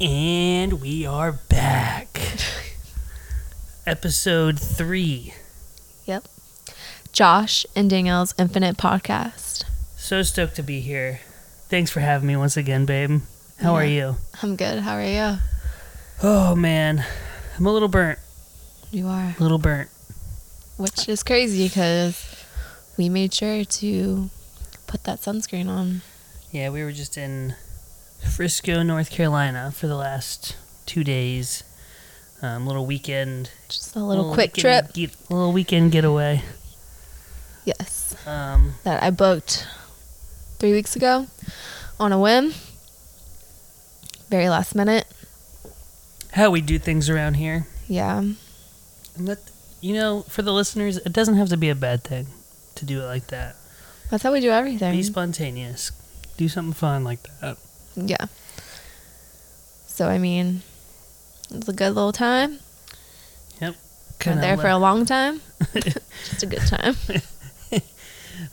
And we are back. Episode three. Josh and Danielle's Infinite Podcast. So stoked to be here. Thanks for having me once again, babe. How are you? I'm good. How are you? Oh, man. I'm a little burnt. You are. A little burnt. Which is crazy because we made sure to put that sunscreen on. Yeah, we were just in Frisco, North Carolina for the last two days. Um, little weekend. Just a little quick trip. weekend Get, little weekend getaway. Yes. Um, That I booked three weeks ago on a whim. Very last minute. how we do things around here. Yeah. And that, you know, for the listeners, it doesn't have to be a bad thing to do it like that. That's how we do everything. Be spontaneous. Do something fun like that. yeah. So, I mean, it's a good little time. Been Kinda there for a le- long time. Just a good time.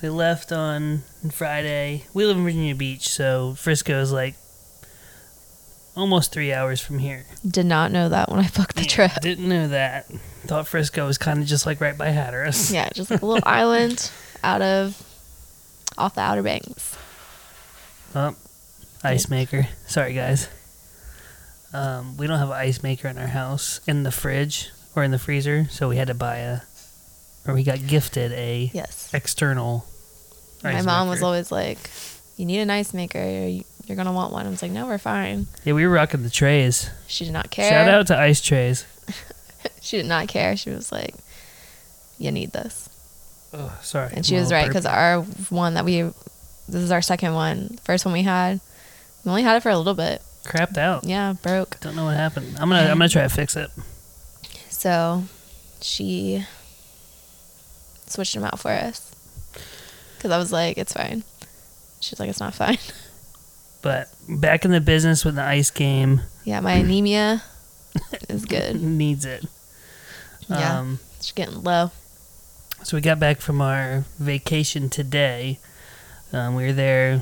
we left on Friday. We live in Virginia Beach, so Frisco is like almost three hours from here. Did not know that when I booked the Yeah, trip. Didn't know that. Thought Frisco was kind of just like right by Hatteras. Yeah, just like a little island out of off the Outer Banks. Oh, ice maker. Sorry, guys. Um, we don't have an ice maker in our house, in the fridge or in the freezer, so we had to buy a, or we got gifted a Yes. external. My ice mom was maker. always like, "You need an ice maker. You're, you're gonna want one." I was like, "No, we're fine." Yeah, we were rocking the trays. She did not care. Shout out to ice trays. She did not care. She was like, "You need this," Oh, sorry. and she I'm a was little right because our one that we, this is our second one. The first one we had, we only had it for a little bit. burp- crapped out. Yeah, broke. Don't know what happened. I'm gonna I'm gonna try to fix it. So, she switched them out for us because I was like, "It's fine." She's like, "It's not fine." But back in the business with the ice game Yeah, my anemia is good. needs it. Yeah, Um, it's getting low. So we got back from our vacation today. Um, we were there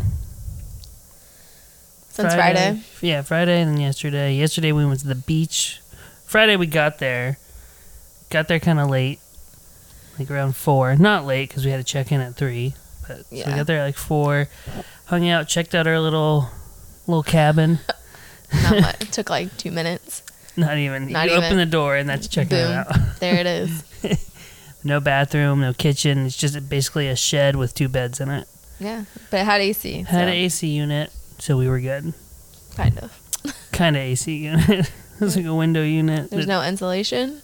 Since Friday. Yeah, Friday and then yesterday. Yesterday we went to the beach. Friday we got there. Got there kind of late, like around four. Not late because we had to check in at three. But so we Yeah. got there at like four. Hung out, checked out our little little cabin. Not much. It took like two minutes. Not even. Not you open even. the door and that's checking it Boom. out. There it is. No bathroom, no kitchen. It's just basically a shed with two beds in it. Yeah, but it had AC. Had so, an AC unit, so we were good. Kind of. kind of AC unit. it's like a window unit. There's no insulation.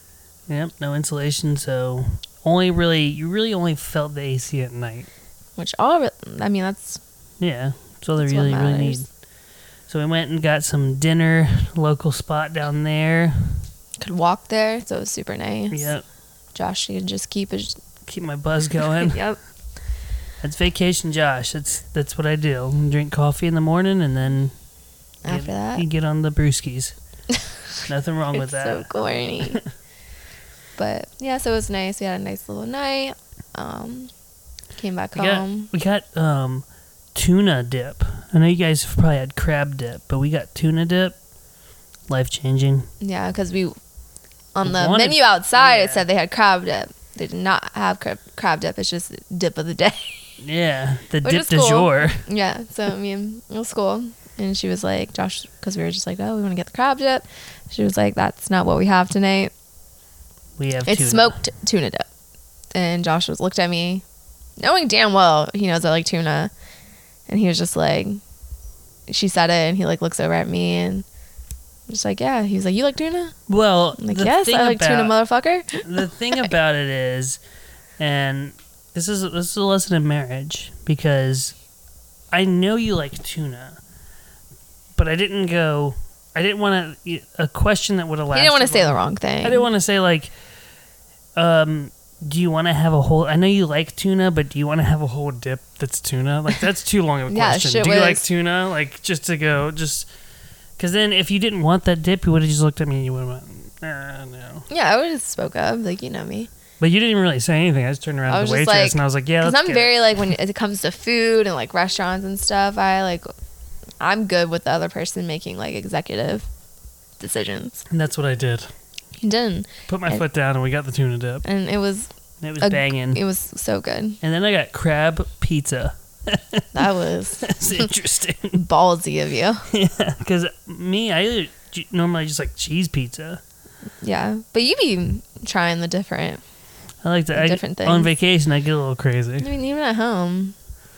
Yep, no insulation. So only really, you really only felt the AC at night. Which all, re- I mean, that's Yeah, that's all they That's what really really need. matters. So we went and got some dinner, local spot down there. could walk there, so it was super nice. Yep, Josh could just keep his. keep my buzz going. yep. that's vacation, Josh. That's that's what I do. Drink coffee in the morning and then get- After that, you get on the brewskis. Nothing wrong with it's that. so corny. but yeah, so it was nice. We had a nice little night. Um, came back We got, home. we got um, tuna dip. I know you guys have probably had crab dip, but we got tuna dip. Life changing. Yeah, because we on the Wanted- menu outside it yeah. said they had crab dip. They did not have crab, crab dip. It's just dip of the day. Yeah, the Which dip is du cool. jour. yeah. So I mean, it was cool. And she was like, Josh, because we were just like, oh, we want to get the crab dip. She was like, that's not what we have tonight. We have It's tuna. smoked tuna dip. And Josh was looked at me, knowing damn well he knows I like tuna, and he was just like, she said it, and he like looks over at me and. I'm Just like yeah, he was like, "You like tuna?" Well, I'm like, the "Yes, thing I like tuna, about- motherfucker." the thing about it is, and this is this is a lesson in marriage because I know you like tuna, but I didn't go. I didn't want to a question that would allow. He didn't want to say the wrong thing. I didn't want to say like, um, do you want to have a whole? I know you like tuna, but do you want to have a whole dip that's tuna? Like that's too long of a Yeah, question. shit do you like was- tuna? Like just to go just because then if you didn't want that dip, you would have just looked at me and you would have went, uh, no. Yeah, I would have spoke up. Like you know me, But you didn't even really say anything. I just turned around I to was the just waitress like- and I was like, yeah, because let's I'm get very like when it comes to food and like restaurants and stuff. I like, I'm good with the other person making like executive decisions. And that's what I did. He didn't, Put my And- foot down and we got the tuna dip. and it was And it was a- banging. It was so good. and then I got crab pizza. That was That's interesting. ballsy of you. yeah. Because me, I ju- normally just like cheese pizza. Yeah, but you be trying the different. I like to. I, Different On things. vacation, I get a little I crazy. mean, even at home,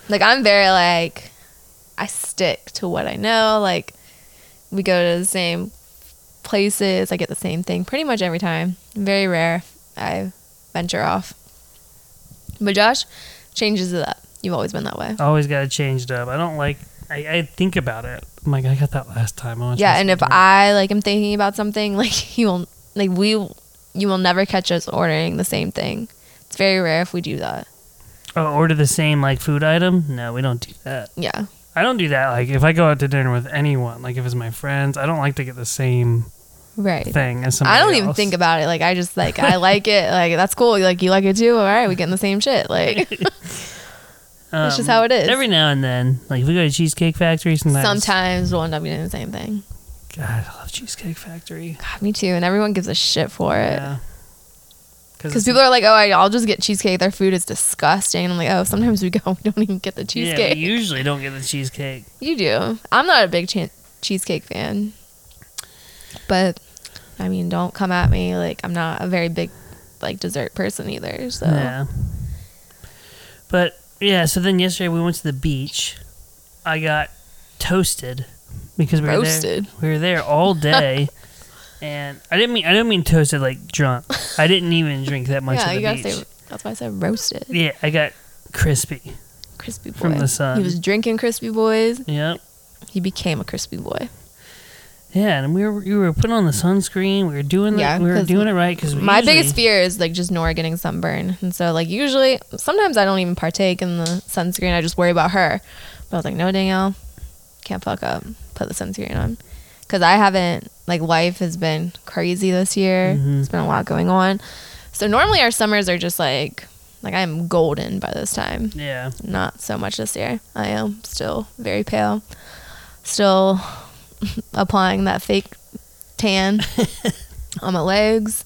like I'm very like, I stick to what I know. Like, we go to the same places. I get the same thing pretty much every time. Very rare I venture off. But Josh changes it up. You've always been that way. I always got to change it up. I don't like. I, I think about it. I'm like, I got that last time. I wanna yeah try and if something i like am thinking about something like you will like we you will never catch us ordering the same thing it's very rare if we do that Oh, order the same like food item? No, we don't do that. yeah I don't do that. Like if I go out to dinner with anyone, like if it's my friends, I don't like to get the same right thing as somebody i don't even else. think about it like i just like i like it like that's cool like you like it too all right we getting the same shit like that's just Um, how it is. Every now and then, like if we go to Cheesecake Factory, sometimes. sometimes we'll end up getting the same thing God, I love Cheesecake Factory. god me too and everyone gives a shit for it Yeah. because people are like oh I- i'll just get cheesecake their food is disgusting i'm like oh sometimes we go we don't even get the Yeah, cheesecake we usually don't get the cheesecake. You do. I'm not a big chan cheesecake fan, but I mean, don't come at me like I'm not a very big like dessert person either. So Yeah. But yeah, so then yesterday we went to the beach. I got toasted because we were Roasted. there. We were there all day, and I didn't mean I didn't mean toasted like drunk. I didn't even drink that much. Yeah, of you the gotta beach. say that's why I said roasted Yeah, I got crispy. crispy boy. From the sun. He was drinking crispy boys. Yep. He became a crispy boy. Yeah, and we were we were putting on the sunscreen. We were doing the, Yeah, we were 'cause doing it right because My biggest fear is like just Nora getting sunburn, and so like usually sometimes I don't even partake in the sunscreen. I just worry about her. But I was like, no, Danielle, can't fuck up. Put the sunscreen on, because I haven't like life has been crazy this year. Mhm. There's been a lot going on. So normally our summers are just like like I'm golden by this time. Yeah, Not so much this year. I am still very pale. Still applying that fake tan on my legs.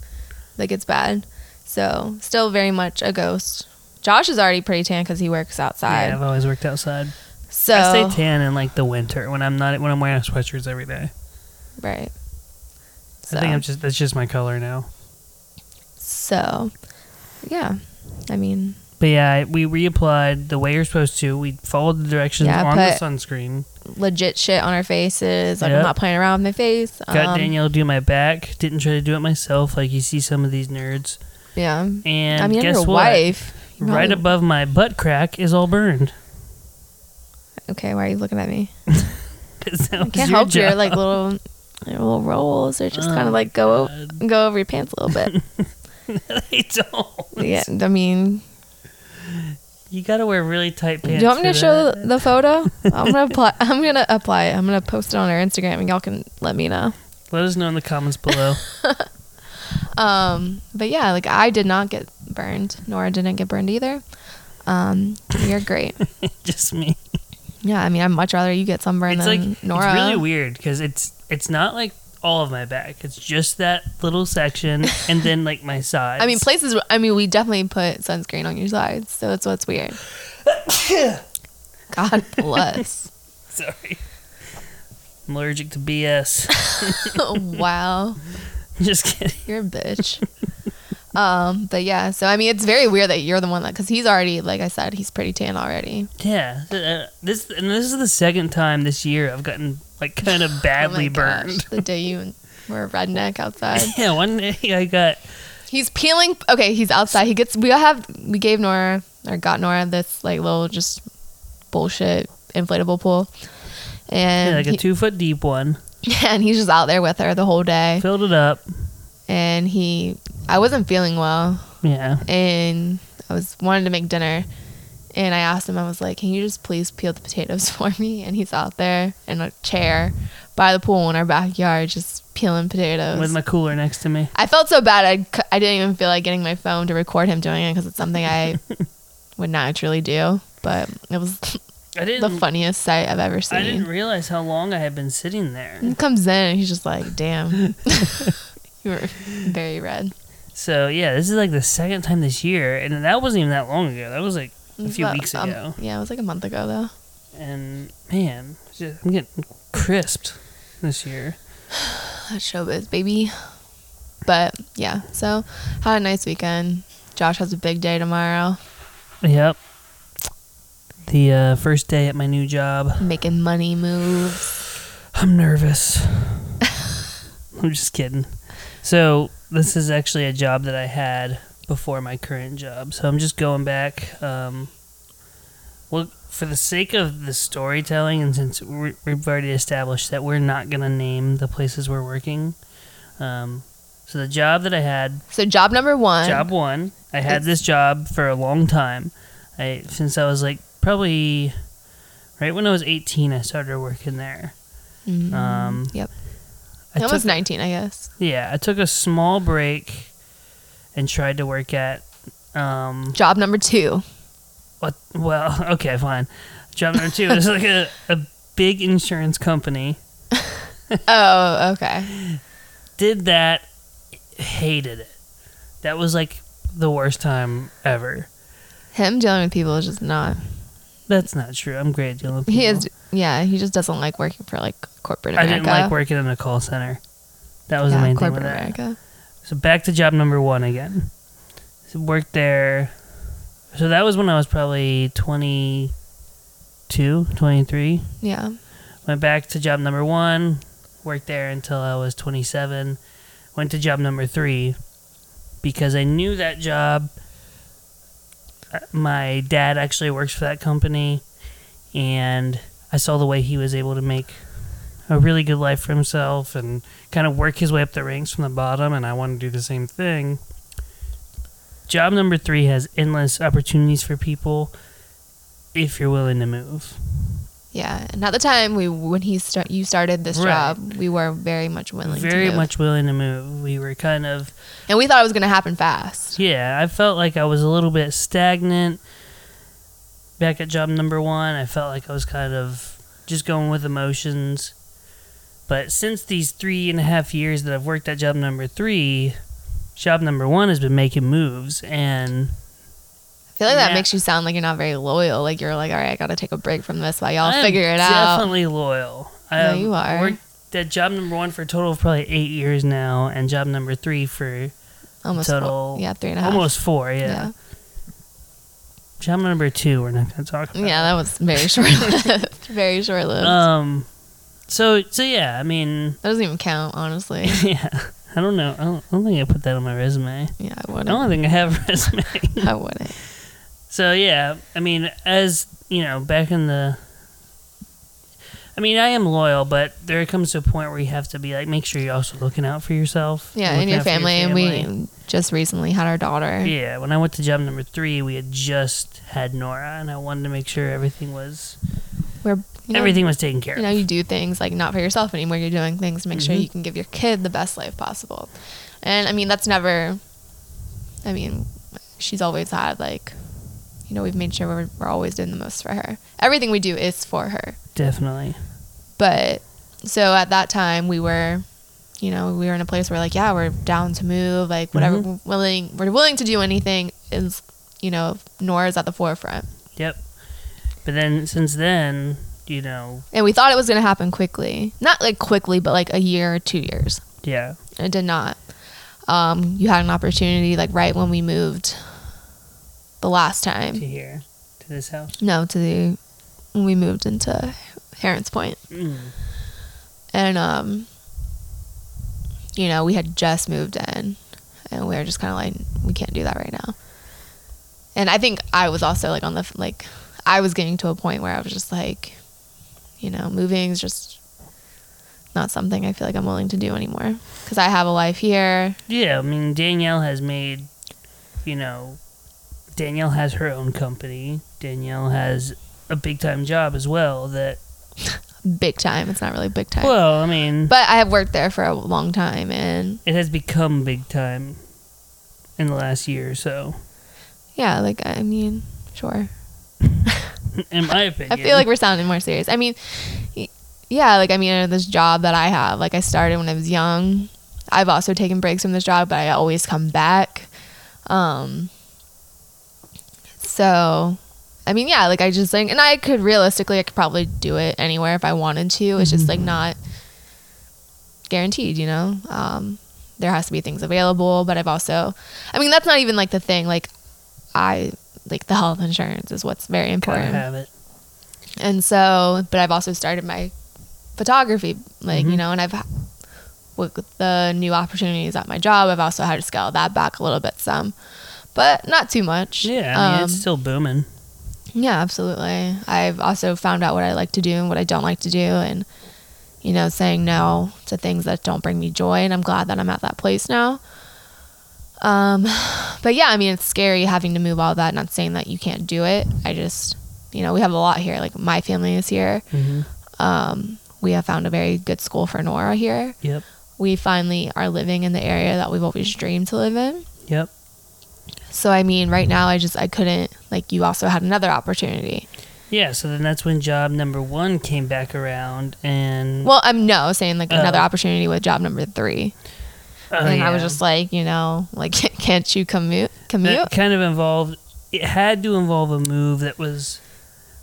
That gets bad. So still very much a ghost. Josh is already pretty tan because he works outside. yeah, I've always worked outside. so I stay tan in like the winter when I'm not when I'm wearing sweatshirts every day. right. So, I think I'm just that's just my color now. so yeah. I mean, But yeah, we reapplied the way you're supposed to. We followed the directions Yeah, on the put- sunscreen. legit shit on our faces. Like Yep. I'm not playing around with my face. Got Um, Danielle to do my back. Didn't try to do it myself like you see some of these nerds. Yeah. And I mean, I'm guess your what? wife. You Right probably- above my butt crack is all burned. Okay, why are you looking at me? 'Cause that I was can't your help your job. like little your little rolls. They just kind Oh, of like go God. go over your pants a little bit. I don't. yeah, I mean, You gotta wear really tight do pants. you want me for to show that. the photo? I'm gonna apply. I'm gonna apply it. I'm gonna post it on our Instagram, and y'all can let me know. Let us know in the comments below. Um, but yeah, like I did not get burned. Nora didn't get burned either. Um, you're great. Just me. Yeah, I mean, I'd much rather you get sunburned it's like than Nora. it's really weird because it's it's not like all of my back. It's just that little section and then like my sides. I mean, places. I mean, we definitely put sunscreen on your sides, so that's what's weird. God bless. Sorry. I'm allergic to BS. wow, Just kidding. you're a bitch. Um, but yeah, so I mean, it's very weird that you're the one that because he's already, like I said, he's pretty tan already. Oh Yeah. Uh, this and this is the second time this year I've gotten like kind of Oh my badly gosh, burned. the day you were a redneck outside. Yeah, one day I got He's peeling. Okay, he's outside. He gets. We have. We gave Nora or got Nora this like little just bullshit inflatable pool, and yeah, like a he- two foot deep one, and he's just out there with her the whole day. filled it up. and he I wasn't feeling well Yeah, and I was wanted to make dinner and I asked him I was like, "Can you just please peel the potatoes for me?" And he's out there in a chair by the pool in our backyard just peeling potatoes. with my cooler next to me. I felt so bad. I, cou- I didn't even feel like getting my phone to record him doing it because it's something I would naturally do. But it was I the didn't. funniest sight I've ever I didn't seen. realize how long I had been sitting there. He comes in and he's just like, damn. you were very red. So yeah, this is like the second time this year, and that wasn't even that long ago. That was like, It was few weeks ago. um, yeah, it was like a month ago though. and man, it's just- I'm getting crisped this year. That showbiz, baby. But yeah, so had a nice weekend. Josh has a big day tomorrow, Yep. The uh, first day at my new job, making money moves. I'm nervous. I'm just kidding. So this is actually a job that I had before my current job. So I'm just going back. Um, well, for the sake of the storytelling, and since we we've already established that we're not gonna name the places we're working, um, so the job that I had So job number one. job one. I had It's- this job for a long time. I since I was like probably right when I was eighteen, I started working there. Mhm. Um, yep. I Almost took, nineteen, I guess. yeah, I took a small break and tried to work at. Um, Job number two. what? Well, okay, fine. Job number two is like a, a big insurance company. Oh, okay. Did that, hated it. That was like the worst time ever. Him dealing with people is just not. That's not true. I'm great at dealing with people. He is. Yeah, he just doesn't like working for like corporate I America. didn't like working in a call center. That was yeah, the main thing corporate with that. America. So back to job number one again. So worked there. So that was when I was probably 22, 23. Yeah. Went back to job number one. Worked there until I was 27. Went to job number three because I knew that job. Uh, My dad actually works for that company, and I saw the way he was able to make a really good life for himself and kind of work his way up the ranks from the bottom, and I want to do the same thing. Job number three has endless opportunities for people if you're willing to move. Yeah, and at the time we when he start you started this Right. job, we were very much willing, to very move. much willing to move. We were kind of and we thought it was going to happen fast. yeah. I felt like I was a little bit stagnant back at job number one. I felt like I was kind of just going with emotions. But since these three and a half years that I've worked at job number three, job number one has been making moves, and I feel like that Yeah. makes you sound like you're not very loyal. Like you're like, all right, I got to take a break from this while y'all I am figure it out. Definitely loyal. No, I've you are. Worked at job number one for a total of probably eight years now, and job number three for Almost total- four, yeah, three and a half. almost four. yeah. yeah, Job number two, we're not going to talk about. yeah. That was very short lived. very short lived. Um. So so yeah, I mean, that doesn't even count, honestly. yeah. I don't know. I don't, I don't think I put that on my resume. Yeah, I I wouldn't. don't think I have a resume. I wouldn't. so yeah, I mean, as you know, back in the. I mean, I am loyal, but there comes to a point where you have to be like, make sure you're also looking out for yourself. Yeah, looking and your out for family, and we just recently had our daughter. Yeah, when I went to job number three, we had just had Nora, and I wanted to make sure everything was We're you know, everything was taken care you of. know you do things like not for yourself anymore you're doing things to make sure Mhm. you can give your kid the best life possible and i mean that's never i mean she's always had like you know we've made sure we're, we're always doing the most for her everything we do is for her Definitely. but so at that time we were you know we were in a place where like yeah we're down to move like whatever Mhm. we're willing we're willing to do anything is you know nora's at the forefront Yep. But then since then, you know, and we thought it was going to happen quickly not like quickly but like a year or two years yeah, It did not. Um, you had an opportunity like right when we moved the last to time. here, to this house. No, to the when we moved into Heron's Point. Mm. And um you know, we had just moved in and we were just kind of like we can't do that right now. And I think I was also like on the f- like I was getting to a point where I was just like you know, moving is just not something I feel like I'm willing to do anymore cuz I have a life here Yeah, I mean, Danielle has made, you know, Danielle has her own company. Danielle has a big time job as well. That big time. It's not really big time. well, I mean, but I have worked there for a long time and it has become big time in the last year or so. yeah, like I mean, sure. in my opinion. I feel like we're sounding more serious. I mean, y- yeah, like I mean, uh, this job that I have, like I started when I was young. I've also taken breaks from this job, but I always come back. Um, so, I mean, yeah, like I just think, and I could realistically, I could probably do it anywhere if I wanted to. It's just like not guaranteed, you know? Um, there has to be things available, but I've also, I mean, that's not even like the thing. Like, I, like the health insurance is what's very Gotta important. have it. And so, but I've also started my photography, like, Mhm. you know, and I've, with the new opportunities at my job, I've also had to scale that back a little bit some, but not too much. Yeah, I mean, Um, it's still booming. yeah, absolutely. I've also found out what I like to do and what I don't like to do, and you know, saying no to things that don't bring me joy. And I'm glad that I'm at that place now. Um, but yeah, I mean, it's scary having to move all that. Not saying that you can't do it. I just, you know, we have a lot here. Like my family is here. hmm Um, we have found a very good school for Nora here. Yep, We finally are living in the area that we've always dreamed to live in. yep. So I mean, right now, I just I couldn't like you also had another opportunity. Yeah, so then that's when job number one came back around, and Well, I'm no saying like Oh. another opportunity with job number three, Oh, and I was yeah. just like, you know, like can't you commute? Commute? that kind of involved. It had to involve a move that was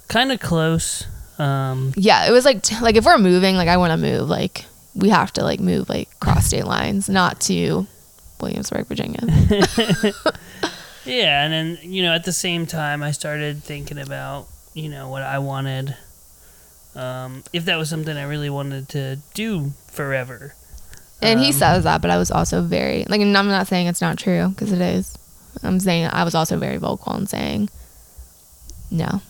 kind of close. Um, yeah, it was like t- like if we're moving, like I want to move, like we have to like move like cross state lines, not to Williamsburg, Virginia. yeah, and then you know at the same time I started thinking about you know what I wanted, um, if that was something I really wanted to do forever. and he Um, says that, but I was also very like, and I'm not saying it's not true because it is. I'm saying I was also very vocal in saying no,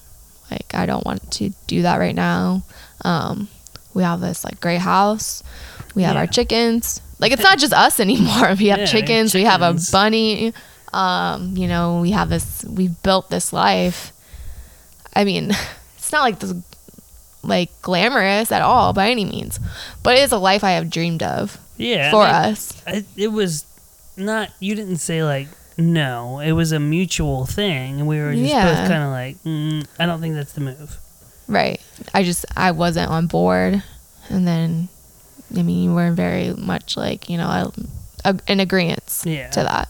like I don't want to do that right now. Um, we have this like great house. We have Yeah. our chickens. Like it's not just us anymore. We have Yeah, chickens. We have a chickens. bunny. Um, you know, we have this. We've built this life. I mean, it's not like this, like glamorous at all by any means, but it is a life I have dreamed of Yeah, for and I- us. I, it was not. You didn't say like no. It was a mutual thing, and we were just Yeah. both kind of like, mm, I don't think that's the move. Right. I just I wasn't on board, and then I mean you were very much like you know a, a, in agreement Yeah. Hmm. to that.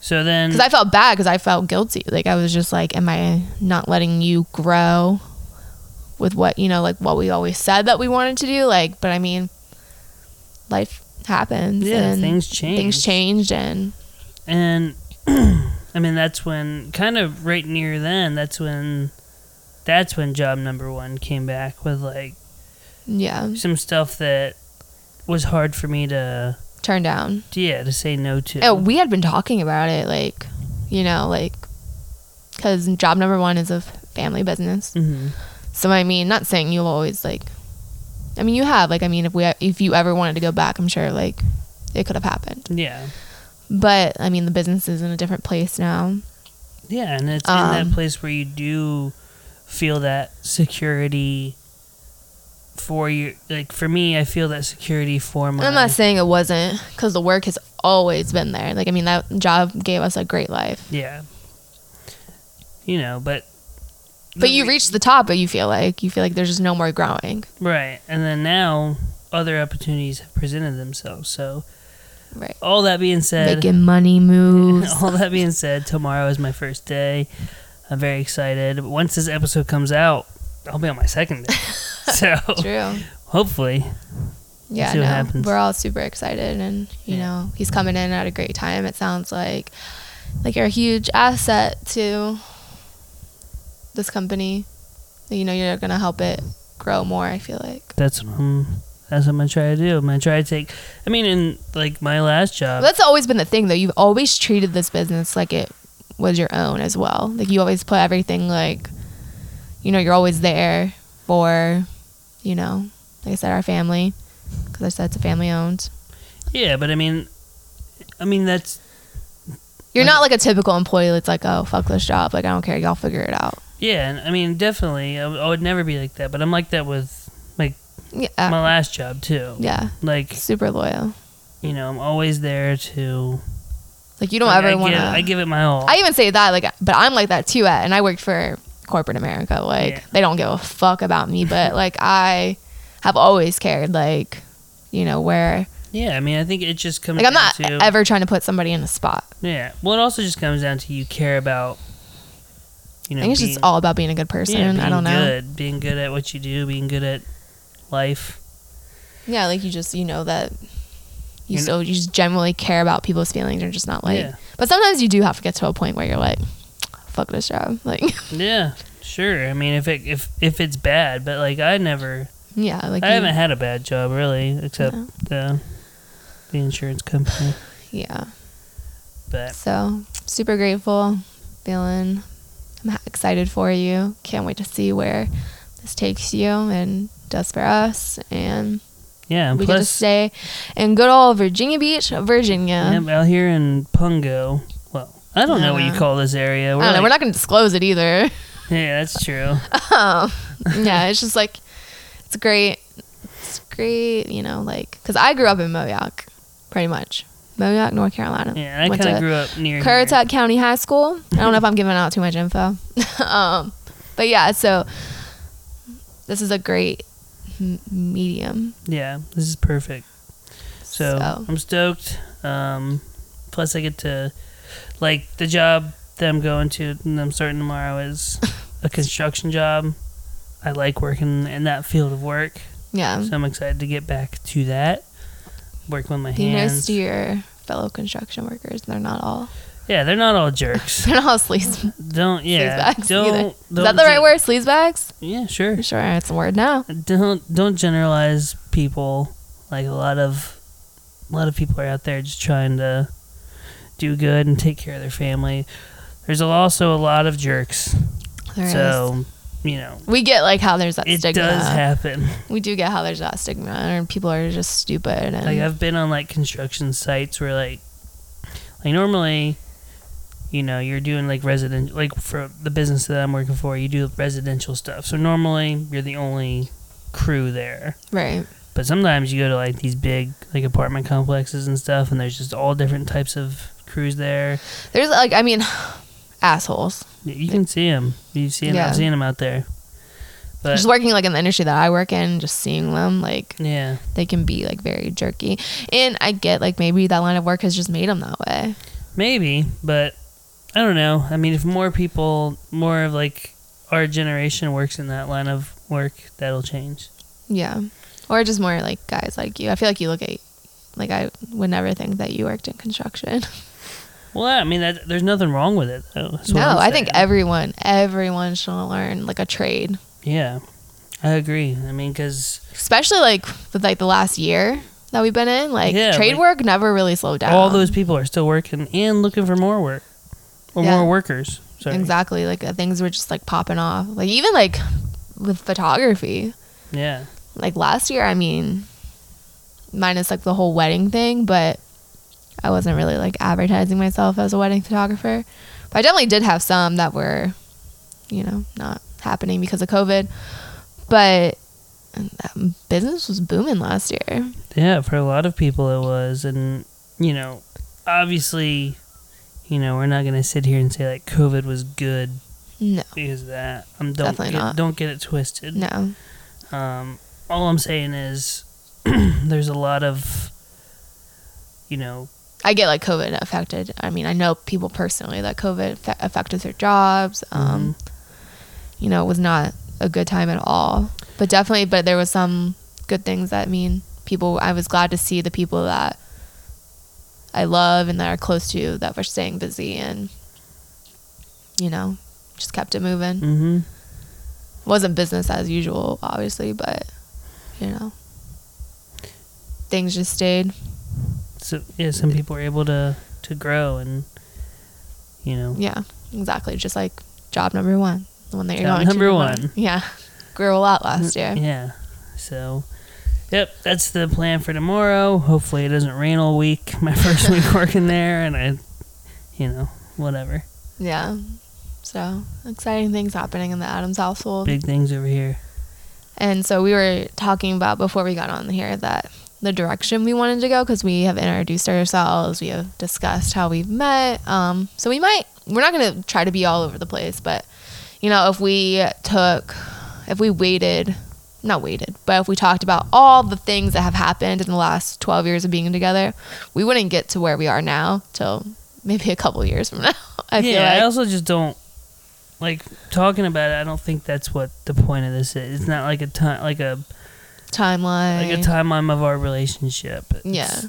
So then, because I felt bad because I felt guilty. Like I was just like, am I not letting you grow with what you know, like what we always said that we wanted to do? Like, but I mean, life happens. Yeah, and things Things change. changed, and and I mean, that's when kind of right near then. That's when, that's when job number one came back with like yeah, some stuff that was hard for me to turned down. yeah to say no to. Oh, we had been talking about it, like you know, like because job number one is a f- family business. hmm So I mean, not saying you'll always like. I mean, you have like. I mean, if we if you ever wanted to go back, I'm sure like it could have happened. Yeah, but I mean, the business is in a different place now. yeah, and it's in Um, that place where you do feel that security for you. Like for me, I feel that security for my. I'm not saying it wasn't because the work has always been there. Like, I mean, that job gave us a great life. yeah. You know, but. But the you re- reach the top, but you feel like you feel like there's just no more growing. Right. And then now other opportunities have presented themselves. So Right. all that being said Making money moves. all that being said, tomorrow is my first day. I'm very excited. Once this episode comes out, I'll be on my second day. so True. hopefully. Yeah. see what no, happens. We're all super excited, and you Yeah. know, he's coming in at a great time. It sounds like like you're a huge asset to this company. You know, you're gonna help it grow more. I feel like. That's what I'm that's what I'm gonna try to do. I'm gonna try to take I mean in like my last job Well, that's always been the thing, though. You've always treated this business like it was your own as well. Like you always put everything like, you know, you're always there for, you know, like I said, our family, because I said it's a family owned. Yeah, but I mean I mean that's You're Like- not like a typical employee that's like, oh fuck this job, like I don't care, y'all figure it out. yeah, and I mean definitely I, w- I would never be like that, but I'm like that with Yeah, uh, my last job too. yeah, Like super loyal. you know, I'm always there to. Like you don't like, ever I want give, I to. give it my all. I even say that like, but I'm like that too. At and I worked for corporate America. Like Yeah. they don't give a fuck about me, but like I have always cared. Like you know where Yeah, I mean, I think it just comes like I'm down not to ever trying to put somebody in a spot. yeah. Well, it also just comes down to you care about. You know, I think it's being, just all about being a good person. yeah, being I don't know. Good, being good at what you do, being good at life. Yeah, like you just you know that You're n- you still you just generally care about people's feelings and just not like. Yeah. But sometimes you do have to get to a point where you're like, fuck this job. Like Yeah, sure. I mean, if it if if it's bad, but like I never, yeah, like I you- haven't had a bad job really, except No. the the insurance company. yeah. But So super grateful, feeling. I'm ha- excited for you. Can't wait to see where this takes you and does for us. And yeah, and we get to plus stay in good old Virginia Beach, Virginia. yeah, out here in Pungo. Well, I don't know what you Yeah. call this area. Uh-huh. I don't know. We're like- not going to disclose it either. Yeah, that's true. Um, yeah, it's just like it's great. It's great, you know, like because I grew up in Moyock, pretty much Moyock, North Carolina. Yeah, and I Went kind to of grew up near here. Currituck County High School. I don't know if I'm giving out too much info. um, but yeah, so this is a great m- medium. Yeah, this is perfect. So, So. I'm stoked. Um, plus, I get to like the job that I'm going to and I'm starting tomorrow is a construction job. I like working in that field of work, Yeah. so I'm excited to get back to that. Work with my Be nice hands. to your fellow construction workers. They're not all Yeah, they're not all jerks. they're not all sleaze. don't yeah. sleazebags Don't, either. don't. Is that the gen- right word? Sleazebags? Yeah, sure. I'm sure it's a word now. don't don't generalize people like a lot of a lot of people are out there just trying to do good and take care of their family there's also a lot of jerks There it is. so you know we get like how there's that it stigma. does happen we do get how there's that stigma and people are just stupid and like i've been on like construction sites where like like normally you know you're doing like resident like for the business that i'm working for you do residential stuff so normally you're the only crew there right. But sometimes you go to like these big like apartment complexes and stuff, and there's just all different types of crews there. There's like I mean assholes. Y- You can see them. You've seen. Yeah. I've seen them out there. But just working like in the industry that I work in, just seeing them like yeah, they can be like very jerky. And I get like maybe that line of work has just made them that way. maybe. But I don't know. I mean, if more people, more of like our generation works in that line of work, that'll change. Yeah. Or just more like guys like you. I feel like you look at like I would never think that you worked in construction. Well, I mean, that, there's nothing wrong with it though. That's what no, I'm I think saying. everyone everyone should learn like a trade, yeah, I agree. I mean, because especially like with like the last year that we've been in. Like Yeah, trade like- work never really slowed down. all those people are still working and looking for more work or Yeah. more workers. Sorry. exactly like uh, things were just like popping off. Like even like with photography. Yeah. like last year, I mean, minus like the whole wedding thing, but I wasn't really like advertising myself as a wedding photographer. But I definitely did have some that were, you know, not happening because of COVID. But um, business was booming last year. Yeah, for a lot of people it was, and you know, obviously, you know, we're not gonna sit here and say like COVID was good No, because of that. Um, don't Definitely get, not. Don't get it twisted. no, Um, all I'm saying is, there's a lot of, you know, I get like COVID affected. I mean, I know people personally that COVID fa- affected their jobs. Um, You know, it was not a good time at all. But definitely, but there was some good things that I mean people. I was glad to see the people that I love and that are close to that were staying busy and you know just kept it moving. hmm wasn't business as usual, obviously, but you know things just stayed. so yeah, some people were able to to grow and, you know, Yeah, exactly. Just like job number one, the one that you're Job going to number do. one. Mm-hmm. Yeah, grew a lot last year. Mm, yeah. So, yep, that's the plan for tomorrow. Hopefully, it doesn't rain all week. My first week working there, and I, you know, whatever. Yeah, so exciting things happening in the Adams household. big things over here. And so we were talking about before we got on here that the direction we wanted to go because we have introduced ourselves, we have discussed how we've met. Um, so we might we're not gonna try to be all over the place, but you know, if we took, if we waited, not waited, but if we talked about all the things that have happened in the last 12 years of being together, we wouldn't get to where we are now till maybe a couple years from now. I yeah, feel like. I also just don't like talking about it. I don't think that's what the point of this is. It's not like a time, like a timeline. like a timeline of our relationship. It's, Yeah.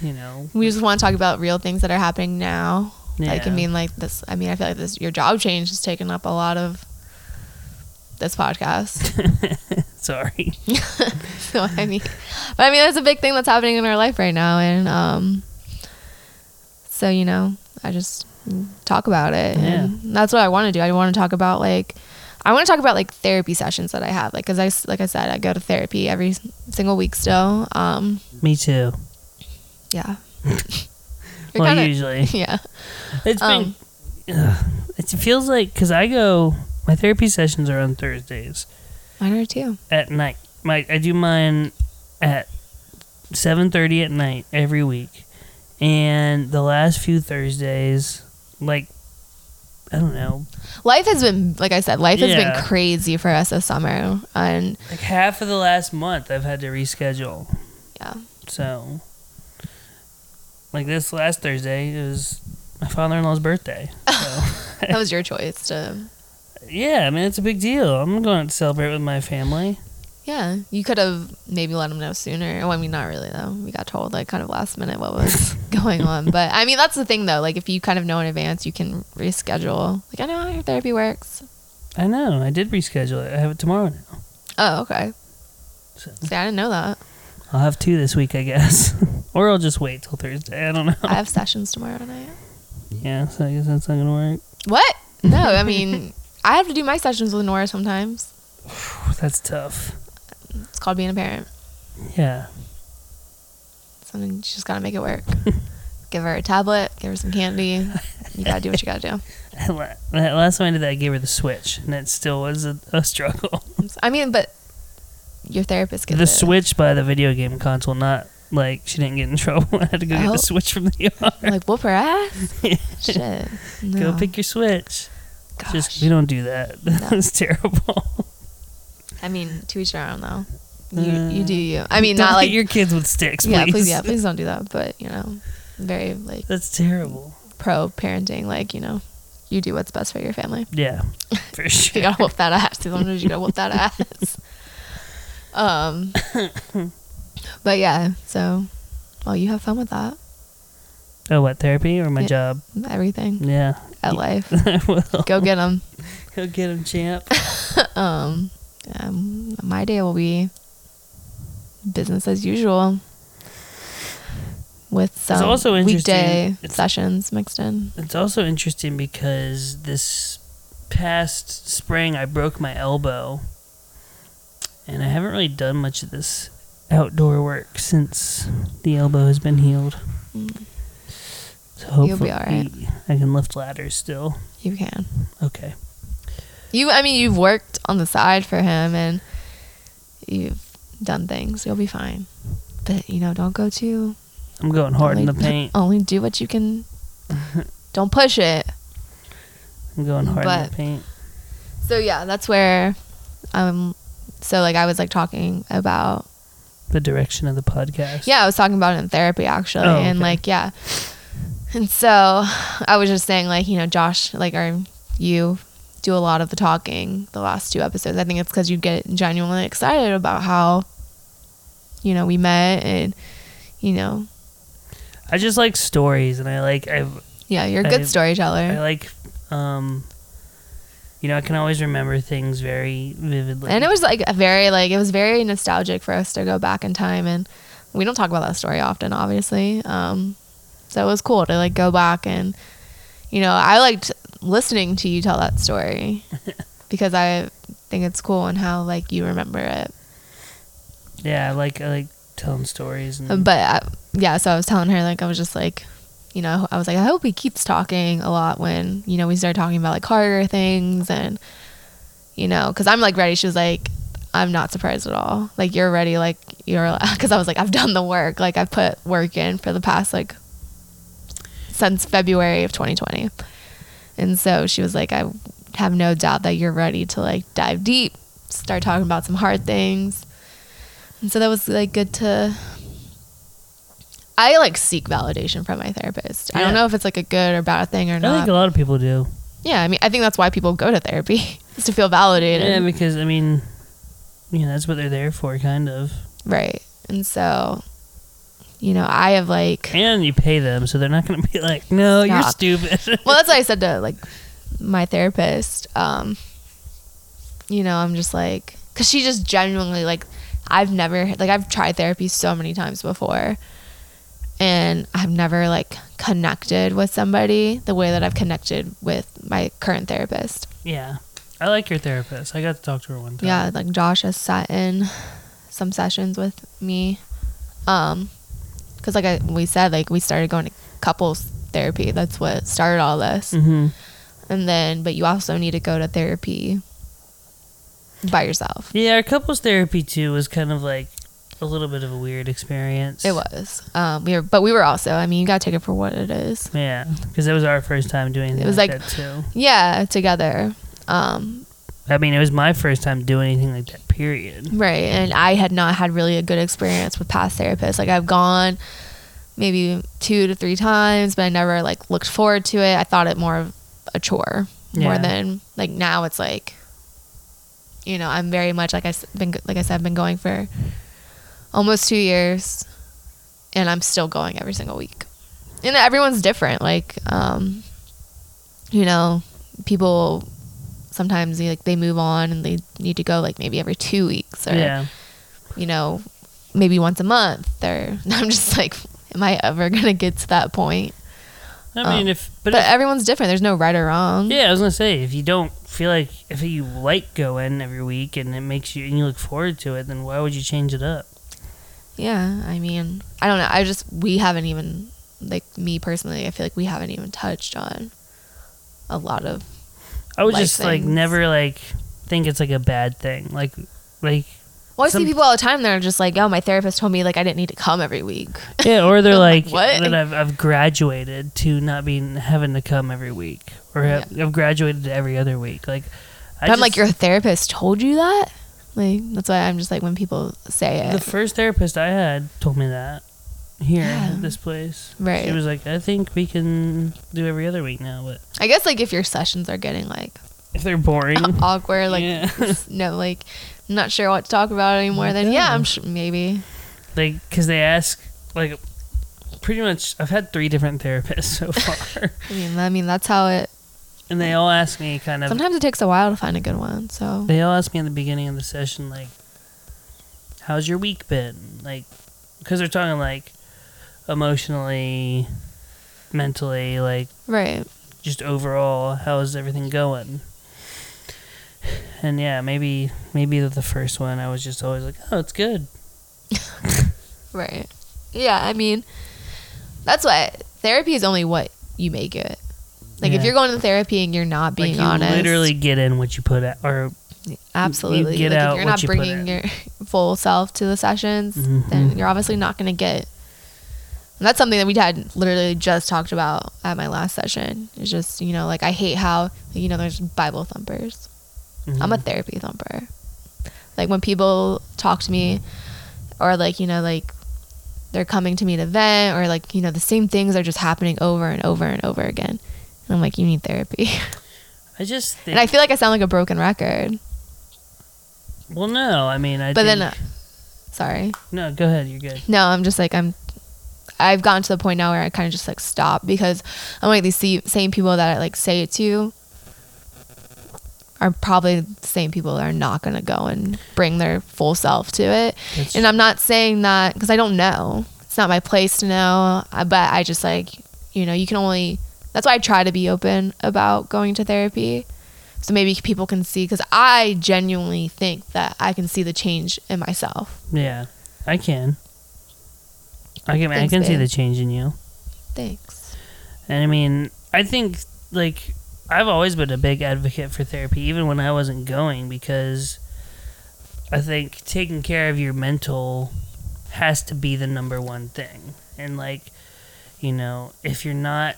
you know, we just want to talk about real things that are happening now. yeah. Like I mean, like this. I mean, I feel like this. Your job change has taken up a lot of this podcast. sorry. so I mean, but I mean, that's a big thing that's happening in our life right now, and um, so you know, I just talk about it, and that's what I want to do. I want to talk about like. I want to talk about like therapy sessions that I have, like, cause I, s- like I said, I go to therapy every s- single week still. Um, Me too. yeah. You're Well, kinda- usually yeah. it's Um, been. Ugh, it feels like because I go my therapy sessions are on Thursdays Mine are too. at night. My I do mine at seven thirty at night every week, and the last few Thursdays, like I don't know, Life has been, like I said, life has Yeah. been crazy for us this summer, and like half of the last month I've had to reschedule. Yeah. So, like this last Thursday it was my father-in-law's birthday. So, that was your choice to. yeah, I mean it's a big deal. I'm going to celebrate with my family. Yeah, you could have maybe let him know sooner. Well, I mean, not really though. We got told like kind of last minute what was going on, but I mean that's the thing though. Like if you kind of know in advance, you can reschedule. Like I know how your therapy works. I know I did reschedule it. I have it tomorrow now. Oh, okay. So See, I didn't know that. I'll have two this week, I guess, or I'll just wait till Thursday. I don't know. I have sessions tomorrow night. Yeah, so I guess that's not gonna work. What? No, I mean I have to do my sessions with Nora sometimes. That's tough. It's called being a parent. Yeah. So then you just gotta make it work. give her a tablet, give her some candy. You gotta do what you gotta do. La- that Last time I did that, I gave her the switch, and it still was a, a struggle. I mean, but your therapist gets the it. switch by the video game console, not like she didn't get in trouble. I had to go get Oh. the switch from the yard. Like whoop her ass. Shit. No. Go pick your switch. Gosh. Just we don't do that. That No. was terrible. I mean, to each their own though. You, Uh, you do you. I mean, don't not hit like your kids with sticks, please. Uh. yeah, please, yeah, please don't do that. But you know, very like That's terrible. pro parenting. Like you know, you do what's best for your family. Yeah, for You sure. gotta whoop that ass. Sometimes you gotta whoop that ass. Um, but yeah. So, well, you have fun with that. Oh, what therapy or my Yeah. job? Everything Yeah, at life. I will Go get them. go get him, champ. Um, um, my day will be business as usual with some also interesting- weekday it's- sessions mixed in. It's also interesting because this past spring I broke my elbow, and I haven't really done much of this outdoor work since the elbow has been healed. Mm, So You'll hopefully, be all right. I can lift ladders still. You can. Okay. You, I mean, you've worked on the side for him and you've done things. You'll be fine. But, you know, don't go too I'm going hard in the only- paint. Only do what you can. don't push it. I'm going hard in But- the paint. So, yeah, that's where um, so like I was like talking about The direction of the podcast. Yeah, I was talking about it in therapy actually, Oh, and okay. like yeah, and so I was just saying like you know Josh like or you do a lot of the talking the last two episodes. I think it's because you get genuinely excited about how you know we met and you know I just like stories, and I like I've, yeah you're a good I- I storyteller. like um, you know, I can always remember things very vividly. and it was like a very like it was very nostalgic for us to go back in time and we don't talk about that story often obviously um so it was cool to like go back and you know i liked listening to you tell that story because i think it's cool and how like you remember it yeah, I like I like telling stories. And, but I, yeah so i was telling her like i was just like you know i was like i hope he keeps talking a lot when you know we start talking about like harder things and you know because i'm like ready she was like i'm not surprised at all like you're ready like you're because i was like i've done the work like i've put work in for the past like since february of 2020 and so she was like i have no doubt that you're ready to like dive deep, start talking about some hard things. And so that was like good to I like seek validation from my therapist. I Yeah. don't know if it's like a good or bad thing or I not. think a lot of people do. yeah, I mean I think that's why people go to therapy is to feel validated. Yeah, because I mean, you know, that's what they're there for, kind of. Right. And so you know, I have like And you pay them, so they're not going to be like, "No, Stop. you're stupid." well that's what i said to like my therapist um you know i'm just like because she just genuinely like i've never like i've tried therapy so many times before and i've never like connected with somebody the way that i've connected with my current therapist yeah, I like your therapist. I got to talk to her one time. yeah like josh has sat in some sessions with me um because like I, we said like we started going to couples therapy that's what started all this Mm-hmm. and then but you also need to go to therapy by yourself Yeah, our couples therapy too was kind of like a little bit of a weird experience. it was um we were but we were also i mean you gotta take it for what it is Yeah, because it was our first time doing anything was like, like- that too. yeah together um I mean, it was my first time doing anything like that. Period. right and i had not had really a good experience with past therapists like i've gone maybe two to three times but i never like looked forward to it i thought it more of a chore more Yeah. than like now it's like you know i'm very much like i've been like i said i've been going for almost two years and i'm still going every single week and everyone's different like um you know people sometimes they, like they move on and they need to go like maybe every two weeks or Yeah, you know maybe once a month or i'm just like am i ever gonna get to that point I mean, Um, if but, but, if, everyone's different there's no right or wrong yeah, I was gonna say if you don't feel like if you like going every week and it makes you and you look forward to it, then why would you change it up? Yeah, I mean, I don't know. I just we haven't even like me personally. I feel like we haven't even touched on a lot of I would like just like things. never like think it's like a bad thing. Like like well, I Some- see people all the time. They're just like, "Oh, my therapist told me like I didn't need to come every week." yeah, or they're like What? that I've I've graduated to not being having to come every week, or have, I've graduated to every other week. Like I But I'm like, just- "Your therapist told you that?" Like that's why I'm just like when people say the it, first therapist I had told me that here Yeah. at this place. She right? was like, I think we can do every other week now, but I guess like if your sessions are getting like if they're boring, awkward, like yeah. no, like not sure what to talk about anymore, then yeah, I'm sure maybe like because they ask like pretty much. I've had three different therapists so far, I mean, I mean that's how it. and they all ask me kind of. Sometimes it takes a while to find a good one, so They all ask me in the beginning of the session, like, how's your week been? Like, because they're talking, like, emotionally, mentally, like, right. just overall, how's everything going? And yeah, maybe, maybe the first one, I was just always like, oh, it's good. Right. Yeah, I mean, that's why therapy is only what you make it. Like Yeah. if you're going to therapy and you're not being like, you honest, literally get in what you put out, or, absolutely, you get like out if you're what not you put bringing in. your full self to the sessions, then you're obviously not going to get. And that's something that we had literally just talked about at my last session. It's just you know, like I hate how you know there's Bible thumpers. mm-hmm. I'm a therapy thumper. Like when people talk to me, or like you know, like they're coming to me to vent, or like you know, the same things are just happening over and over and over again. And I'm like, you need therapy. I just think, and I feel like I sound like a broken record. well, no, I mean, I But think, then, uh, sorry, no, go ahead, you're good. no, I'm just like I'm. I've gotten to the point now where I kind of just like stop because I'm like these se- same people that I like say it to are probably the same people that are not going to go and bring their full self to it. That's- And I'm not saying that because I don't know. It's not my place to know. I- But I just like, you know, you can only. That's why I try to be open about going to therapy. So maybe people can see, because I genuinely think that I can see the change in myself. Yeah, I can. I can. Thanks, I can see babe. the change in you, Thanks. and I mean, I think like I've always been a big advocate for therapy, even when I wasn't going, because I think taking care of your mental has to be the number one thing, and like you know, if you're not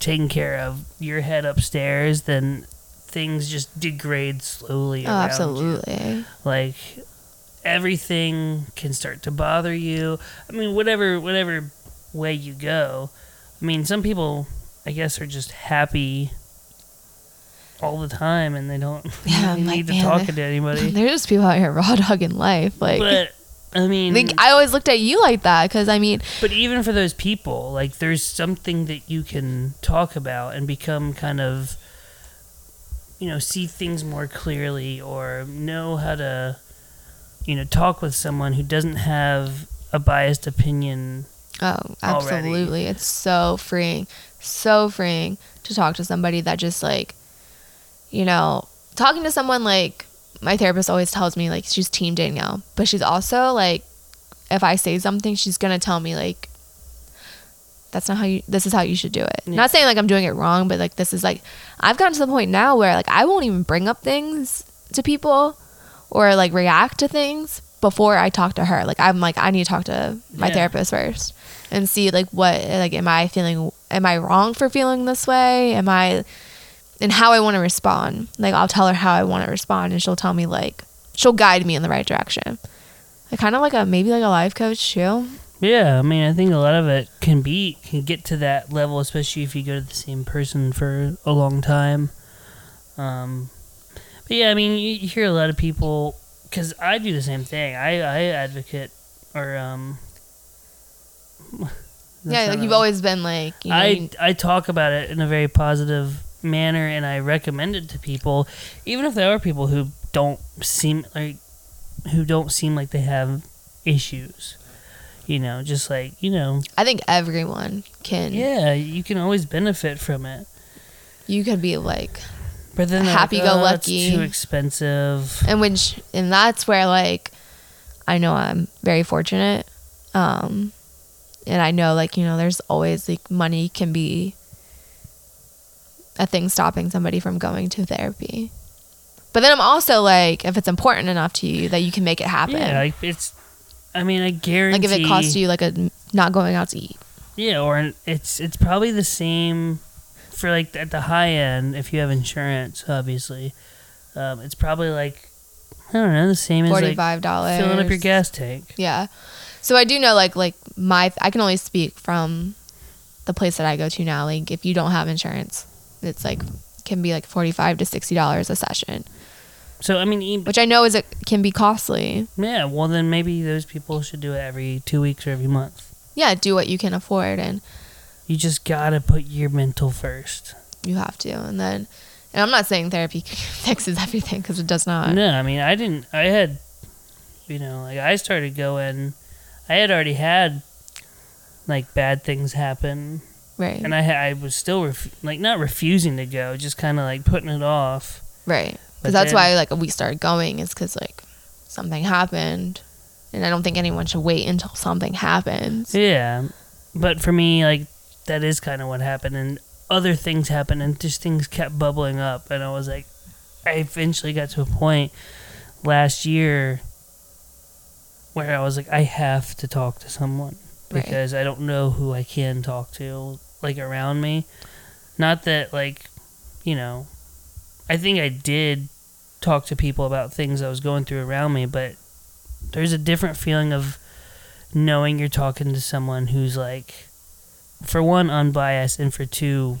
taking care of your head upstairs, then things just degrade slowly. Oh, around you. absolutely. Like everything can start to bother you. I mean, whatever whatever way you go. I mean, some people, I guess, are just happy all the time, and they don't Yeah, really I'm like, need to "Man, talk they- to anybody. There's just people out here raw dogging life. Like, But I mean, like I always looked at you like that because I mean, But even for those people, like there's something that you can talk about and become kind of, you know, see things more clearly or know how to, you know, talk with someone who doesn't have a biased opinion. oh, Already. absolutely, it's so freeing, so freeing to talk to somebody that just like, you know, talking to someone like my therapist always tells me like she's team Danielle, but she's also like, if I say something, she's gonna tell me like. That's not how you. This is how you should do it. Yeah. Not saying like I'm doing it wrong, but like this is like I've gotten to the point now where like I won't even bring up things to people or like react to things before I talk to her. Like I'm like I need to talk to my Yeah. therapist first and see like what like am I feeling am I wrong for feeling this way? Am I and how I want to respond. Like I'll tell her how I want to respond and she'll tell me like she'll guide me in the right direction. Like kind of like a maybe like a life coach too. Yeah, I mean, I think a lot of it can be can get to that level, especially if you go to the same person for a long time. Um, but yeah, I mean, you, you hear a lot of people because I do the same thing. I I advocate or um. yeah, like you've always been like you know, I you- I talk about it in a very positive manner, and I recommend it to people, even if there are people who don't seem like who don't seem like they have issues. You know, just like you know, I think everyone can yeah, you can always benefit from it. you could be like But then they're like, Happy-go-lucky. "Oh, it's too expensive. and which and that's where like i know i'm very fortunate um and i know like you know there's always like money can be a thing stopping somebody from going to therapy but then i'm also like if it's important enough to you that you can make it happen Yeah, like it's. I mean, I like guarantee. if it costs you like a not going out to eat Yeah, or an- it's it's probably the same for like at the high end if you have insurance. Obviously, um, it's probably like I don't know the same as like $45 filling up your gas tank. Yeah. So I do know like like my I can only speak from the place that I go to now. Like if you don't have insurance, it's like can be like forty five to sixty dollars a session. So I mean, e- Which I know is it can be costly. yeah. Well, then maybe those people should do it every two weeks or every month. Yeah, do what you can afford and You just gotta put your mental first. you have to and then and I'm not saying therapy fixes everything because it does not. No, I mean, I didn't. I had, you know, like I started going. I had already had like bad things happen Right. and I ha- I was still ref- like not refusing to go, just kind of like putting it off. right. But Because that's then- why like we started going is because like something happened. And I don't think anyone should wait until something happens. Yeah, but for me, like that is kind of what happened, and other things happened, and just things kept bubbling up, and I was like, I eventually got to a point last year where I was like, I have to talk to someone Right. because I don't know who I can talk to like around me. Not that like, you know, I think I did talk to people about things I was going through around me, but there's a different feeling of knowing you're talking to someone who's like for one unbiased and for two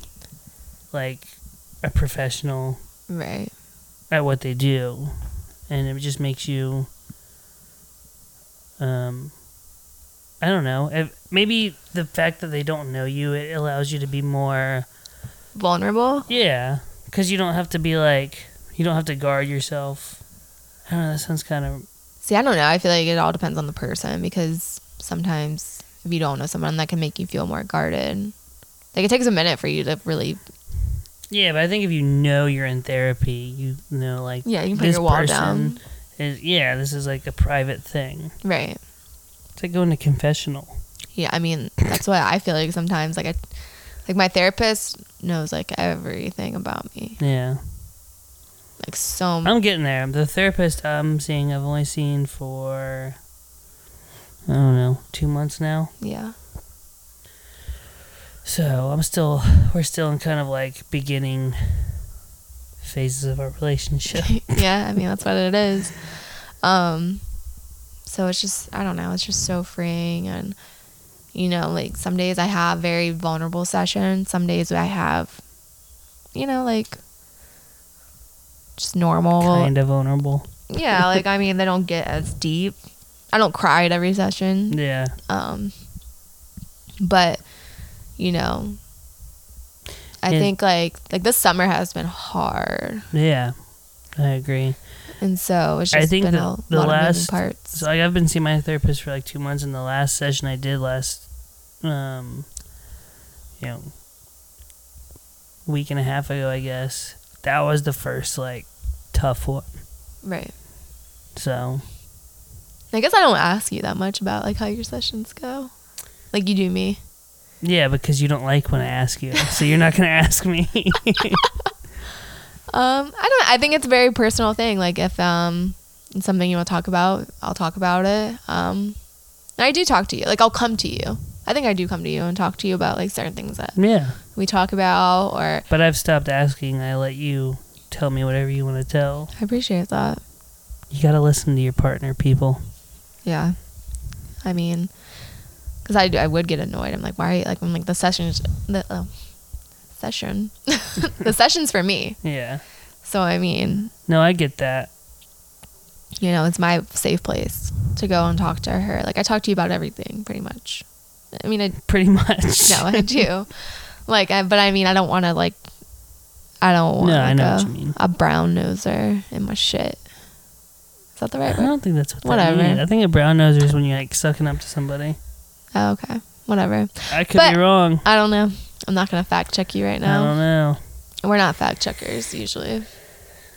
like a professional Right. at what they do and it just makes you um i don't know if, maybe the fact that they don't know you it allows you to be more Vulnerable. yeah because you don't have to be like you don't have to guard yourself i don't know that sounds kind of See, I don't know. I feel like it all depends on the person because sometimes if you don't know someone, that can make you feel more guarded. Like it takes a minute for you to really, yeah but i think if you know you're in therapy you know like yeah, you put your wall down, is yeah this is like a private thing right? it's like going to confessional Yeah, I mean that's why I feel like sometimes like I, like my therapist knows like everything about me, yeah like so. much. I'm getting there. The therapist I'm seeing, I've only seen for, I don't know, two months now. yeah, So I'm still, we're still in kind of like beginning phases of our relationship. yeah, I mean that's what it is. Um, so it's just I don't know. It's just so freeing, and you know, like some days I have very vulnerable sessions. Some days I have, you know, like just normal. kind of vulnerable. Yeah, like I mean they don't get as deep. I don't cry at every session. Yeah. Um, but you know, I And- think like like this summer has been hard. Yeah. I agree. and so it's I just think been the- a the lot of moving last- parts. So like I've been seeing my therapist for like two months, and the last session I did last, um, you know, week and a half ago, I guess that was the first like tough one. right. So I guess I don't ask you that much about like how your sessions go, like you do me. yeah, because you don't like when I ask you, so you're not gonna ask me. Um, I don't. I think it's a very personal thing. Like if um it's something you want to talk about, I'll talk about it. Um, and I do talk to you. Like I'll come to you. I think I do come to you and talk to you about like certain things that yeah, we talk about. Or but I've stopped asking. I let you tell me whatever you want to tell. I appreciate that. You gotta listen to your partner, people. Yeah. I mean, because I, I would get annoyed. I'm like, why are you like, I'm like, the session's, the oh, session, the session's for me. Yeah. So, I mean, No, I get that. you know, it's my safe place to go and talk to her. Like, I talk to you about everything pretty much. I mean, I, Pretty much. no, I do. Like, I, but I mean, I don't want to, like, I don't want No, I like, know a, what you mean. a brown noser in my shit. Is that the right I word? don't think that's what Whatever. that means. I think a brown noser is when you're like sucking up to somebody. Oh, okay. Whatever. I could But- be wrong. I don't know. I'm not going to fact check you right now. I don't know. We're not fact checkers usually.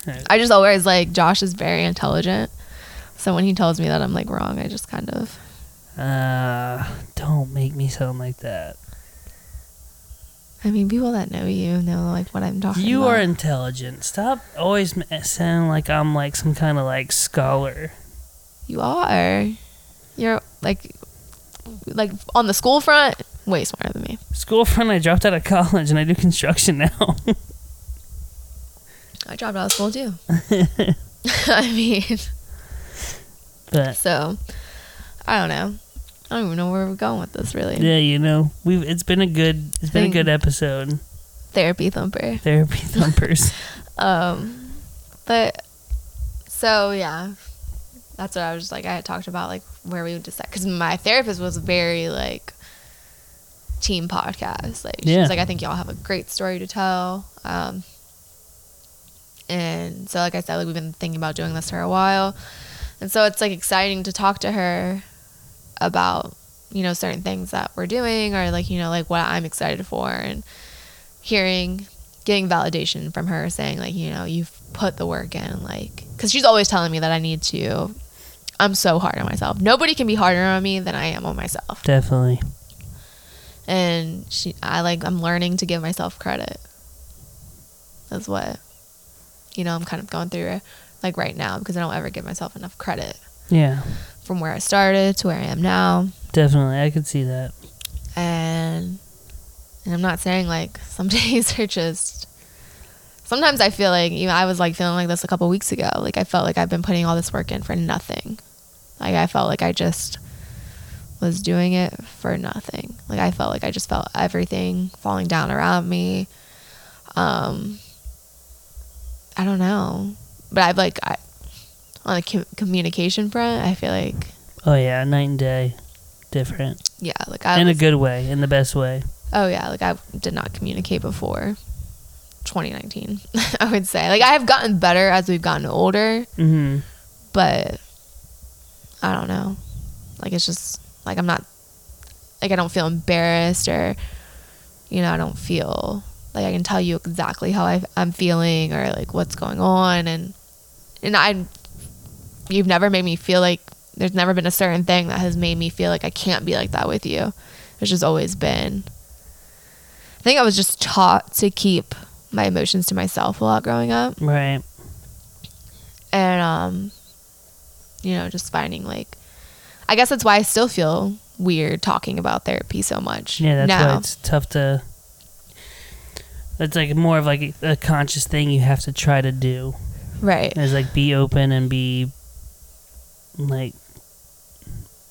Right. I just always like Josh is very intelligent. So when he tells me that I'm like wrong, I just kind of Uh, don't make me sound like that. I mean, people that know you know like what I'm talking You about. are intelligent. Stop always ma- sounding like I'm like some kind of like scholar. you are. You're like like on the school front, way smarter than me. School friend, I dropped out of college and I do construction now. I dropped out of school too. I mean, but so I don't know. I don't even know where we're going with this really. yeah, you know, we've it's been a good it's been a Thank- good episode. Therapy thumper. Therapy thumpers. Um, but so yeah, that's what I was just like. I had talked about like where we would decide because my therapist was very like team podcast. Like she Yeah. was like, I think y'all have a great story to tell. Um, and so like I said, like we've been thinking about doing this for a while, and so it's like exciting to talk to her about you know certain things that we're doing or like you know like what I'm excited for and hearing getting validation from her saying like you know you've put the work in like because she's always telling me that i need to i'm so hard on myself nobody can be harder on me than i am on myself Definitely. and she i like i'm learning to give myself credit that's what you know i'm kind of going through like right now because i don't ever give myself enough credit Yeah, from where i started to where i am now definitely. I could see that. and and I'm not saying like some days are just sometimes I feel like you know I was like feeling like this a couple weeks ago like I felt like I've been putting all this work in for nothing like I felt like I just was doing it for nothing like I felt like I just felt everything falling down around me um I don't know but I've like I on a com- communication front I feel like Oh yeah, night and day, different yeah like I in a was- good way, in the best way. oh yeah like i did not communicate before 2019 i would say like i have gotten better as we've gotten older hmm but i don't know like it's just like i'm not like i don't feel embarrassed or you know i don't feel like i can tell you exactly how I, i'm feeling or like what's going on and and i you've never made me feel like there's never been a certain thing that has made me feel like i can't be like that with you which has always been i think i was just taught to keep my emotions to myself a lot growing up Right. and um you know just finding like i guess that's why i still feel weird talking about therapy so much Yeah, that's now why it's tough to. That's like more of like a conscious thing you have to try to do. Right. Is like be open and be like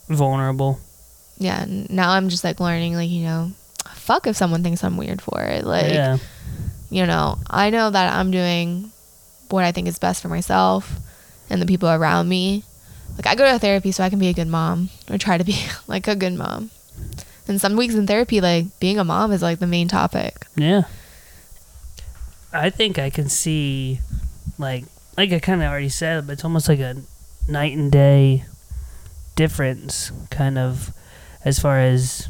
vulnerable. Yeah. n- Now I'm just like learning, like, you know, fuck if someone thinks I'm weird for it. Like, yeah. you know, I know that I'm doing what I think is best for myself and the people around me. Like I go to therapy so I can be a good mom or try to be like a good mom. And some weeks in therapy, like being a mom is like the main topic. Yeah. I think I can see, like, like I kind of already said, but it's almost like a night and day difference, kind of, as far as,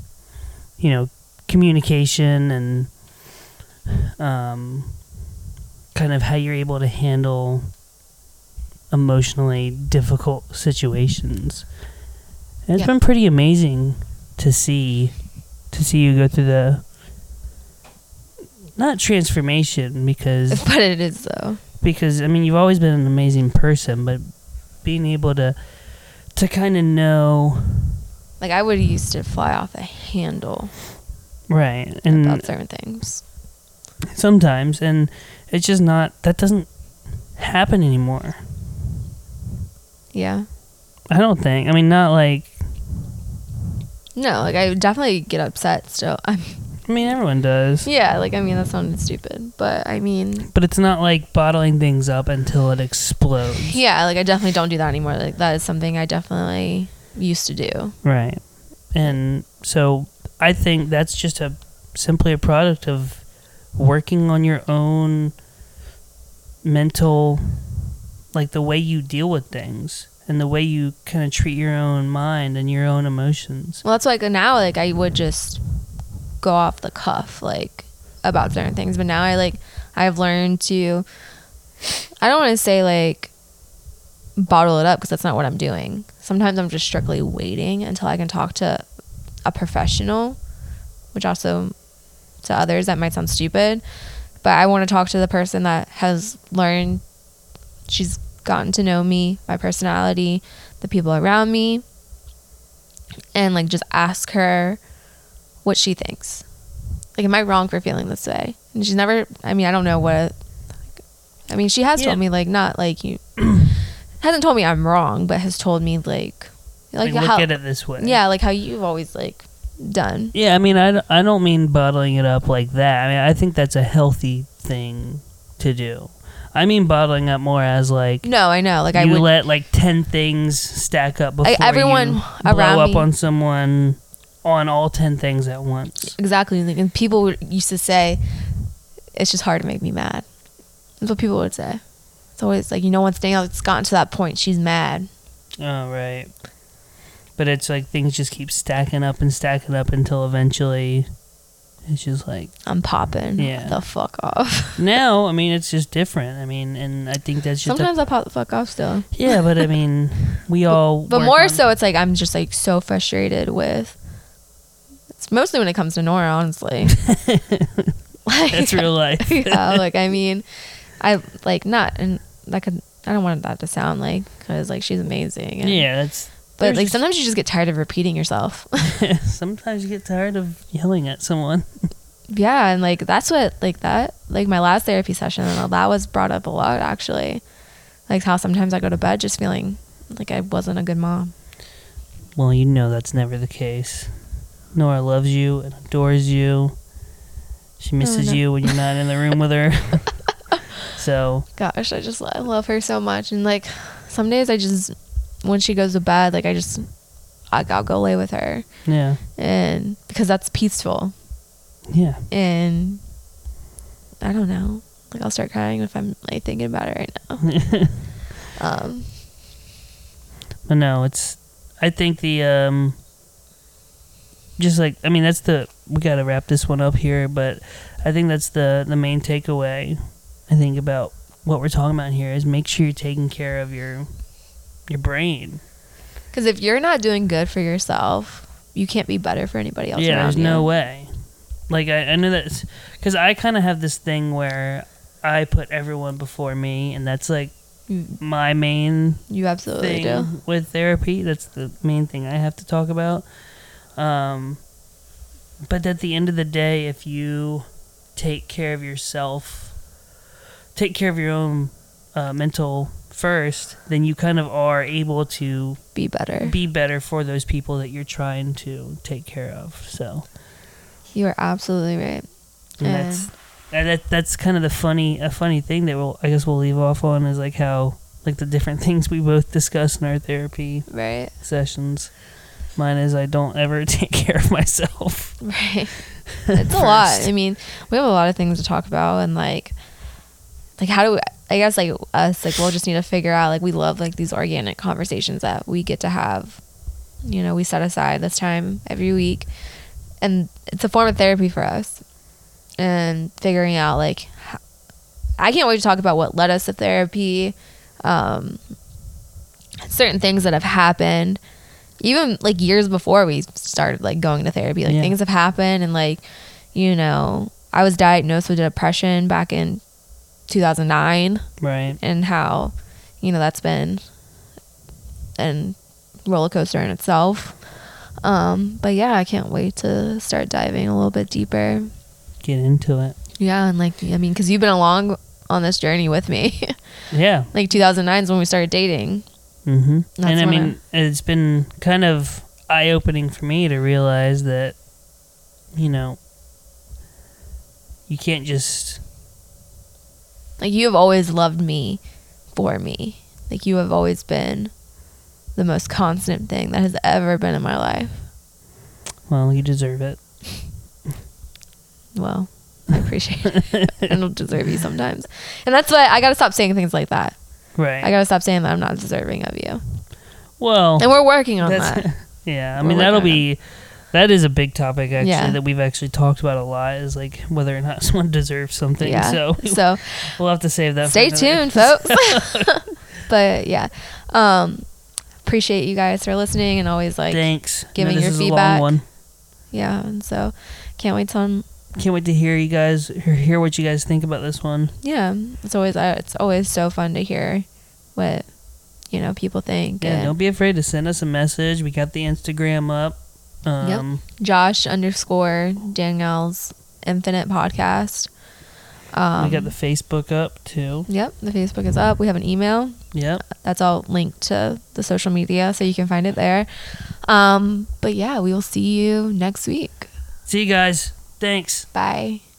you know, communication and, um, kind of how you're able to handle emotionally difficult situations. And it's Yeah. been pretty amazing to see, to see you go through the not transformation because But it is though. because I mean you've always been an amazing person, but being able to to kind of know Like I would used to fly off the handle right about and certain things. sometimes and it's just not that doesn't happen anymore. Yeah. I don't think. I mean not like No, like I would definitely get upset still. I'm, I mean everyone does. yeah, like I mean that sounded stupid, but I mean, But it's not like bottling things up until it explodes. yeah, like I definitely don't do that anymore. Like that is something I definitely used to do. Right. And so I think that's just a simply a product of working on your own mental like the way you deal with things and the way you kind of treat your own mind and your own emotions. Well, that's like now, like I would just go off the cuff, like about certain things. But now I like I've learned to. I don't want to say like bottle it up because that's not what I'm doing. Sometimes I'm just strictly waiting until I can talk to a professional, which also to others that might sound stupid, but I want to talk to the person that has learned. She's gotten to know me, my personality, the people around me and like just ask her what she thinks. Like, am I wrong for feeling this way? And she's never. I mean, I don't know what. I mean, she has Yeah. told me like not like you hasn't told me I'm wrong, but has told me like like, Like, look how at it this way. yeah like how you've always like done Yeah, I mean I, d- I don't mean bottling it up like that. I mean I think that's a healthy thing to do. I mean bottling up more as like no i know like i you would let like ten things stack up before Like, everyone you around blow up me- on someone on all ten things at once. exactly like, and people would, used to say it's just hard to make me mad that's what people would say it's always like you know once danielle's gotten to that point she's mad Oh right. But it's like things just keep stacking up and stacking up until eventually it's just like i'm popping Yeah. the fuck off now. I mean, it's just different. I mean, and I think that's just a- Sometimes I pop the fuck off still. yeah. But I mean, we all But work more on- so, it's like I'm just like so frustrated with. It's mostly when it comes to Nora, honestly. like, That's real life. yeah, like I mean, I like not and that could I don't want that to sound like because like she's amazing. and- Yeah, that's. But like there's sometimes you just get tired of repeating yourself. just- sometimes you get tired of yelling at someone. yeah, and like that's what like that like my last therapy session and all that was brought up a lot actually. Like how sometimes I go to bed just feeling like I wasn't a good mom. Well, you know that's never the case. Nora loves you and adores you. She misses no. you when you're not in the room with her. so, gosh, I just I love her so much. And like some days I just when she goes to bed, like I just I, I'll go lay with her, yeah. and because that's peaceful. Yeah. And I don't know, like I'll start crying if I'm like thinking about it right now. Um, But no, it's I think the um just like I mean that's the we got to wrap this one up here, but I think that's the the main takeaway I think about what we're talking about here is make sure you're taking care of your your brain. because if you're not doing good for yourself, you can't be better for anybody else. yeah, around there's no you. way. Like I, I know that's because I kind of have this thing where I put everyone before me, and that's like You- my main You absolutely thing Oh, do. with therapy. That's the main thing I have to talk about. Um, but at the end of the day, if you take care of yourself, take care of your own uh, mental first, then you kind of are able to Be better. be better for those people that you're trying to take care of. So You are absolutely right. and Yeah. that's and that that's kind of the funny a funny thing that we'll I guess we'll leave off on is like how like the different things we both discuss in our therapy Right. sessions. Mine is I don't ever take care of myself. Right. It's a lot. I mean, we have a lot of things to talk about and like like how do we I guess like us like we'll just need to figure out like we love like these organic conversations that we get to have. You know, we set aside this time every week and it's a form of therapy for us. And figuring out like h- I can't wait to talk about what led us to therapy. Um certain things that have happened even like years before we started like going to therapy like Yeah. things have happened and like you know i was diagnosed with depression back in 2009 Right. and how you know that's been an roller coaster in itself um but yeah i can't wait to start diving a little bit deeper Get into it. yeah and like i mean because you've been along on this journey with me Yeah. like 2009 is when we started dating Mm-hmm. That's And I what I- mean, it's been kind of eye opening for me to realize that, you know, you can't just Like you have always loved me for me. Like you have always been the most constant thing that has ever been in my life. well, you deserve it. Well, I appreciate it. and I'll deserve you sometimes. And that's why I gotta stop saying things like that. Right. I gotta stop saying that I'm not deserving of you. well, And we're working on Oh. that's- that. yeah. I We're mean, that'll working on be that is a big topic actually Yeah. that we've actually talked about a lot is like whether or not someone deserves something. Yeah. So so we'll have to save that. for stay another- tuned, folks. but yeah. Um appreciate you guys for listening and always like Thanks. I know giving this your is feedback. A long one. yeah, and so can't wait till Can't wait to hear you guys hear what you guys think about this one. yeah it's always uh, it's always so fun to hear what you know people think Yeah, and don't be afraid to send us a message. We got the Instagram up. Um, josh underscore danielle's infinite podcast um we got the Facebook up too. yep the facebook is up we have an email Yep. that's all linked to the social media so you can find it there um but yeah we will see you next week See you guys. Thanks. bye